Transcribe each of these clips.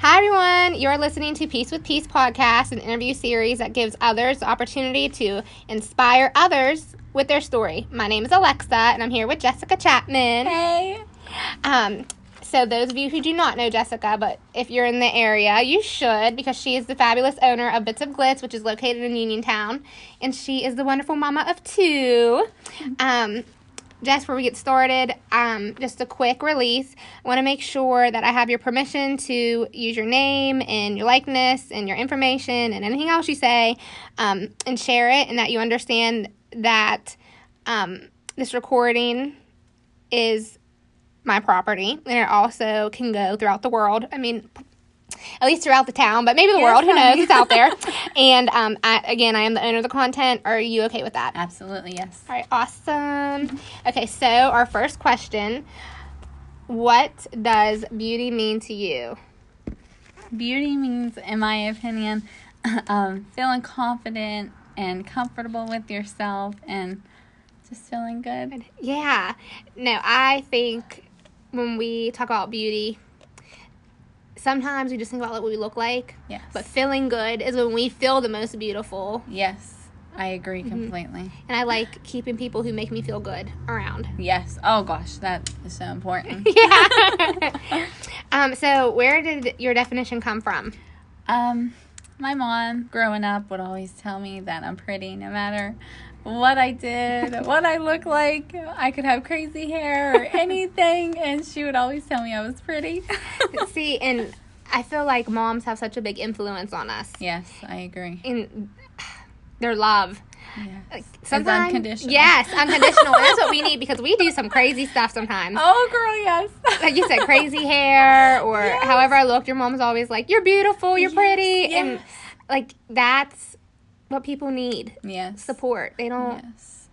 Hi, everyone. You're listening to Peace with Peace podcast, an interview series that gives others the opportunity to inspire others with their story. My name is Alexa, and I'm here with Jessica Chapman. Hey. Um, so, those of you who do not know Jessica, but if you're in the area, you should because she is the fabulous owner of Bits of Glitz, which is located in Uniontown, and she is the wonderful mama of two. Um, just before we get started, um, just a quick release. I want to make sure that I have your permission to use your name and your likeness and your information and anything else you say um, and share it, and that you understand that um, this recording is my property and it also can go throughout the world. I mean, p- at least throughout the town, but maybe the Yeah, world. it's Who knows? fine. It's out there. and um, I, again, I am the owner of the content. Are you okay with that? Absolutely, yes. All right, awesome. Okay, so our first question What does beauty mean to you? Beauty means, in my opinion, um, feeling confident and comfortable with yourself and just feeling good. Yeah, no, I think when we talk about beauty, sometimes we just think about what we look like, Yes. but feeling good is when we feel the most beautiful. yes, I agree completely. And I like keeping people who make me feel good around. Yes. Oh gosh, that is so important. Yeah. um, so, where did your definition come from? um, my mom, growing up, would always tell me that I'm pretty no matter what I did, what I look like. I could have crazy hair or anything, and she would always tell me I was pretty. See, and I feel like moms have such a big influence on us. yes, I agree. in their love. Yes. Sometimes it's unconditional. Yes, unconditional. That's what we need because we do some crazy stuff sometimes. Oh, girl, yes. Like you said, crazy hair or Yes. however I looked, your mom's always like, You're beautiful, you're Yes, pretty and yes. like that's what people need. Yes. Support. They don't Yes.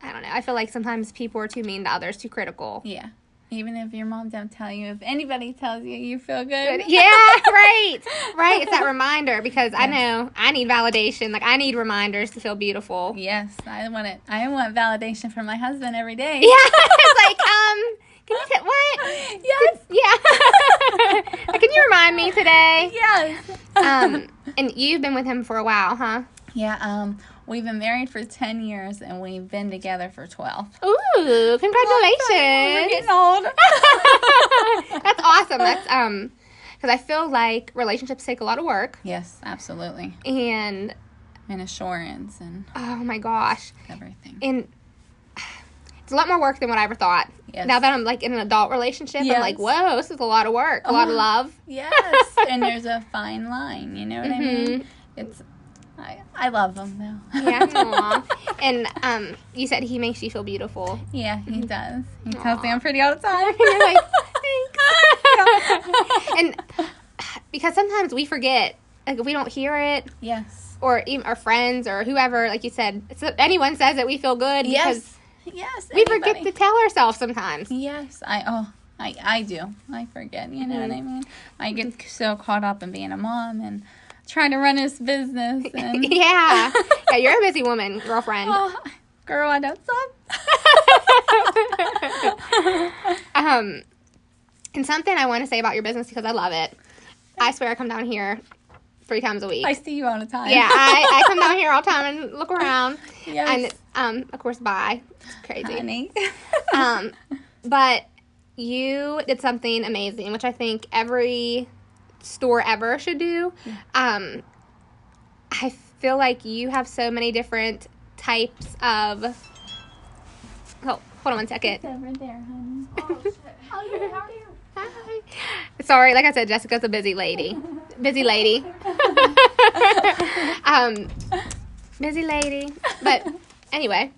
I don't know. I feel like sometimes people are too mean to others, too critical. Yeah. Even if your mom don't tell you, if anybody tells you, you feel good. Yeah, right. Right. It's that reminder because I Yes. know I need validation. Like I need reminders to feel beautiful. Yes, I want it. I want validation from my husband every day. Yeah, it's like, um, can you t- what? Yes. Yeah. can you remind me today? Yes. Um, and you've been with him for a while, huh? yeah. Um. We've been married for ten years, and we've been together for twelve. Ooh, We're congratulations. getting old. That's awesome. That's um, because I feel like relationships take a lot of work, yes, absolutely. and And assurance and oh my gosh, everything. and it's a lot more work than what I ever thought. Yes. Now that I'm like in an adult relationship, I'm like, Yes. whoa, this is a lot of work, a lot of Uh-huh. love. Yes, and there's a fine line. You know what I mean? It's. I I love him though. Mm-hmm. Yeah, aw. and um, you said he makes you feel beautiful. yeah, he does. He tells Mm-hmm. me Aw. I'm pretty all the time. You're like, Thanks. and because sometimes we forget like if we don't hear it yes. or even our friends or whoever like you said so anyone says that we feel good because Yes. Yes. we forget to anybody. tell ourselves sometimes Yes, I oh. I, I do. I forget, you know what I Mm-hmm. mean? I get so caught up in being a mom and trying to run this business and yeah yeah you're a busy woman girlfriend oh, girl, I don't Oh. stop. um and something i want to say about your business because i love it i swear i come down here three times a week I see you all the time. yeah I, I come down here all the time and look around yes. and um of course bye it's crazy honey. um, but you did something amazing, which I think every store ever should do. Mm-hmm. Um, I feel like you have so many different types of. Oh, hold on one second. over there, honey. Hi. Sorry, like I said, Jessica's a busy lady. Busy lady. um, busy lady. But anyway.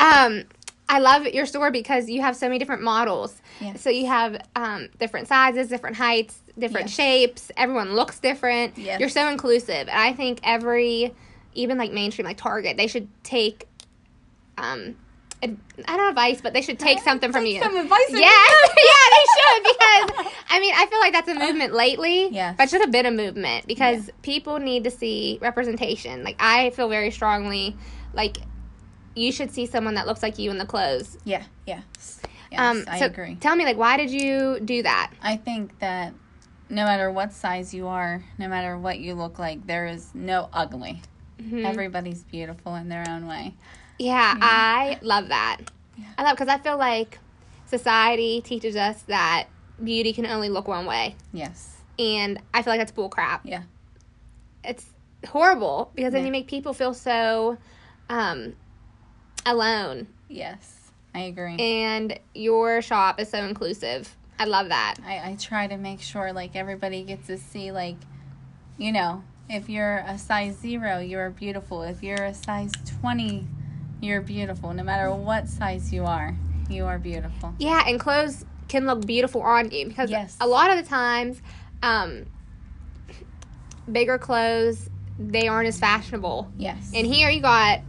um, I love your store because you have so many different models. Yes. So you have um, different sizes, different heights, different Yes. shapes. Everyone looks different. Yes. You're so inclusive. And I think every, even like mainstream, like Target, they should take um ad- I don't advice, but they should take something from you. Some advice. yeah, yeah, they should because I mean I feel like that's a movement lately. Uh, Yes. but it should have been a movement because people need to see representation. Like I feel very strongly, like you should see someone that looks like you in the clothes. Yeah, yeah. Yes, um, I so agree. Tell me, like, why did you do that? I think that no matter what size you are, no matter what you look like, there is no ugly. Mm-hmm. Everybody's beautiful in their own way. Yeah, Mm-hmm. I love that. I love because I feel like society teaches us that beauty can only look one way, Yes. and I feel like that's bull crap. Yeah. It's horrible because then Yeah. you make people feel so um, alone, Yes. I agree. and your shop is so inclusive. I love that. I, I try to make sure like everybody gets to see like you know if you're a size zero you're beautiful if you're a size 20 you're beautiful no matter what size you are you are beautiful Yeah, and clothes can look beautiful on you because Yes. a lot of the times, um, bigger clothes they aren't as fashionable. yes And here you got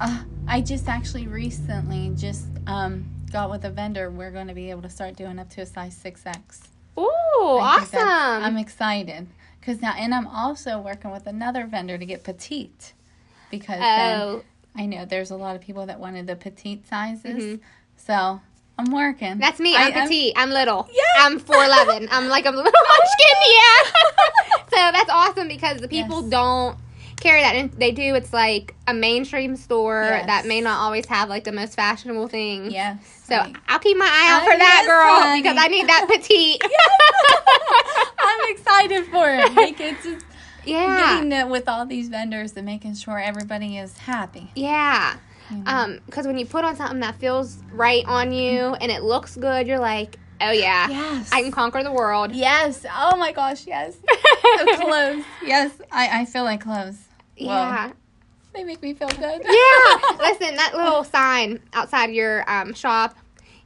uh, i just actually recently just um, got with a vendor we're going to be able to start doing up to a size 6x Ooh, I awesome. think that's- i'm excited because now and i'm also working with another vendor to get petite because then oh, I know there's a lot of people that wanted the petite sizes, so I'm working. Mm-hmm. that's me. I'm I- petite. I'm, little. Yeah. I'm 4'11. I'm like a little munchkin. Yeah. so that's awesome because the people Yes. don't carry that. And if they do, it's like a mainstream store Yes. that may not always have like the most fashionable thing. Yes. So I- I'll keep my eye out Oh, for that, yes, girl, honey. because I need that petite. I'm excited for it. Like it's just yeah. getting it with all these vendors and making sure everybody is happy. Yeah. you know? Um, because when you put on something that feels right on you and it looks good, you're like, oh yeah, Mm-hmm. yes. I can conquer the world. yes. Oh my gosh. Yes. The clothes. Yes. I I feel like clothes. yeah. They make me feel good. Yeah. Listen, that little sign outside your um, shop,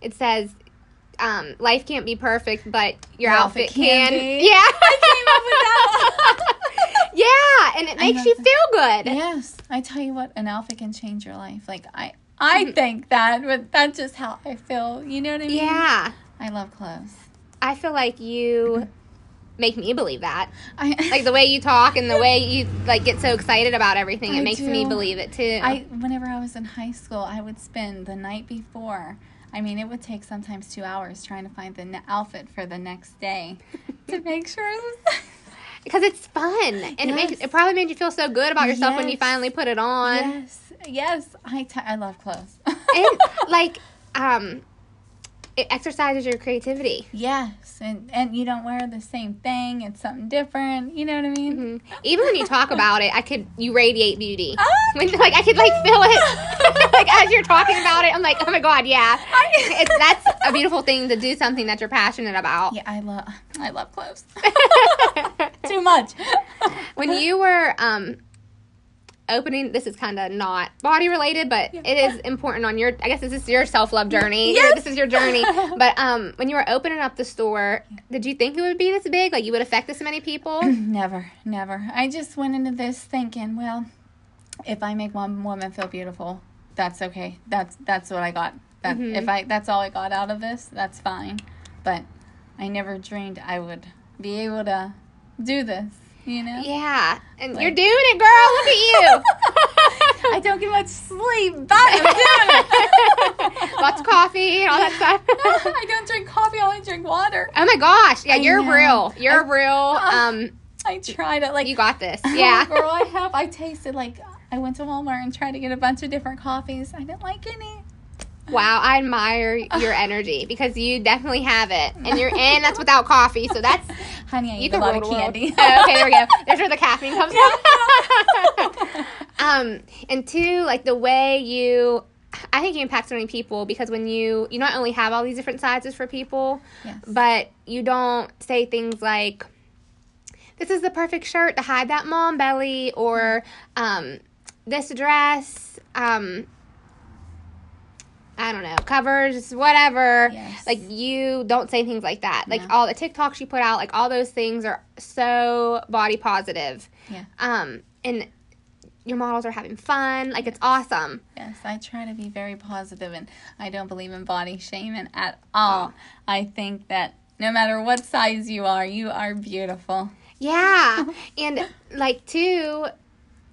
it says, um, life can't be perfect, but your Your outfit, outfit can. can be. Yeah. I came up with that one. yeah. And it makes love you feel good. Yes, I tell you what, an outfit can change your life. Like I, Mm-hmm. I think that, but that's just how I feel. You know what I mean? yeah. I love clothes. I feel like you make me believe that. I Like the way you talk and the way you like get so excited about everything, it I makes me do. believe it too. I whenever I was in high school, I would spend the night before. I mean, it would take sometimes two hours trying to find the ne- outfit for the next day to make sure. It was because it's fun and it makes Yes. it probably made you feel so good about yourself when you Yes. finally put it on. yes, yes, I t- I love clothes. and like um it exercises your creativity yes, and and you don't wear the same thing. It's something different. You know what I mean? even when you talk about it i could you radiate beauty Oh, when like i could like feel it like as you're talking about it i'm like oh my god yeah it's, that's a beautiful thing to do something that you're passionate about Yeah, I love I love clothes. Too much. when you were um opening this is kind of not body related but it is important on your i guess this is your self-love journey Yes. this is your journey but um when you were opening up the store did you think it would be this big like you would affect this many people never, never. I just went into this thinking, well, if I make one woman feel beautiful, that's okay. That's that's what I got. That if I that's all I got out of this, that's fine. But I never dreamed I would be able to do this, you know? yeah and you're Like- doing it girl look at you I don't get much sleep, but I'm doing it. lots of coffee and all that stuff I don't drink coffee, I only drink water. oh my gosh yeah I you're know. real you're I- real um I try to like you got this Oh, yeah girl, I have. I tasted like I went to Walmart and tried to get a bunch of different coffees. I didn't like any. Wow, I admire your energy because you definitely have it, and you're and that's without coffee, so that's Honey, I you eat can a lot rule of the world. candy. Oh, okay, there we go. There's where the caffeine comes from. um, and two, like the way you, I think you impact so many people because when you you not only have all these different sizes for people, Yes. but you don't say things like. This is the perfect shirt to hide that mom belly, or um, this dress. Um, I don't know, covers, whatever. Yes. Like you don't say things like that. Like No. all the TikToks you put out, like all those things are so body positive. Yeah. Um and your models are having fun. Like it's awesome. Yes, I try to be very positive, and I don't believe in body shaming at Oh. all. I think that no matter what size you are, you are beautiful. Yeah. and like too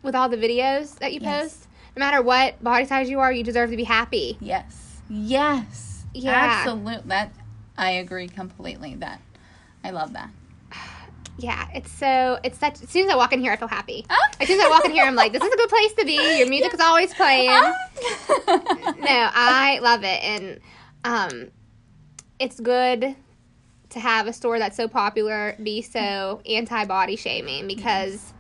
with all the videos that you Yes. post, no matter what body size you are, you deserve to be happy. Yes. Yes. Yeah. Absolutely. That I agree completely. That I love that. Yeah, it's so it's such. As soon as I walk in here, I feel happy. Oh. As soon as I walk in here, I'm like, this is a good place to be. Your music is always playing. Oh. no, I love it, and um, it's good to have a store that's so popular be so anti body shaming because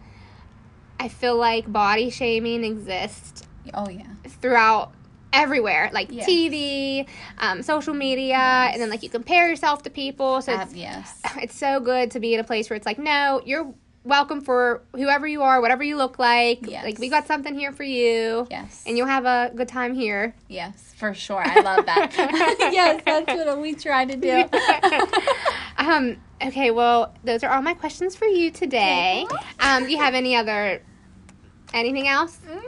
I feel like body shaming exists oh yeah. throughout everywhere like Yes. tv um, social media and then like you compare yourself to people so Ab- it's Uh, yes. it's so good to be at a place where it's like, no, you're welcome for whoever you are, whatever you look like. Yes. Like we got something here for you. Yes. And you'll have a good time here. yes, for sure. I love that. yes, that's what we try to do. Um, okay, well, those are all my questions for you today. Okay. Um, do you have any other anything else? Mm,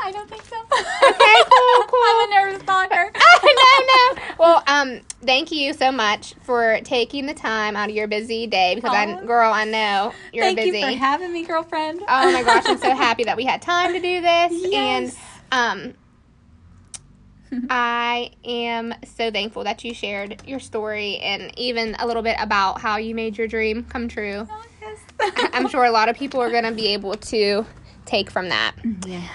I don't think so. Okay, cool, cool. I'm a nervous talker. no, no. Well, um, thank you so much for taking the time out of your busy day because I, Aw. girl, I know you're Thank busy. you for having me, girlfriend. oh my gosh, I'm so happy that we had time to do this. And Yes. Um, I am so thankful that you shared your story and even a little bit about how you made your dream come true. Oh, yes. I'm sure a lot of people are going to be able to take from that. Yes.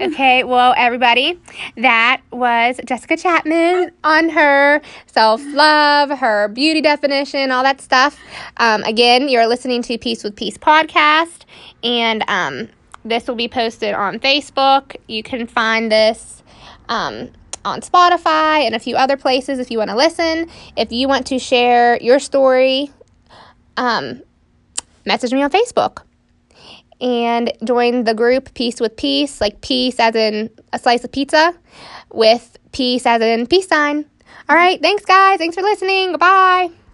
Okay, well, everybody, that was Jessica Chapman on her self love, her beauty definition, all that stuff. Um, again, you're listening to Peace with Peace podcast, and um, this will be posted on Facebook. You can find this um, on Spotify and a few other places if you want to listen. If you want to share your story, um, message me on Facebook and join the group Peace with Peace, like peace as in a slice of pizza, with peace as in peace sign. All right, thanks guys. Thanks for listening. Goodbye.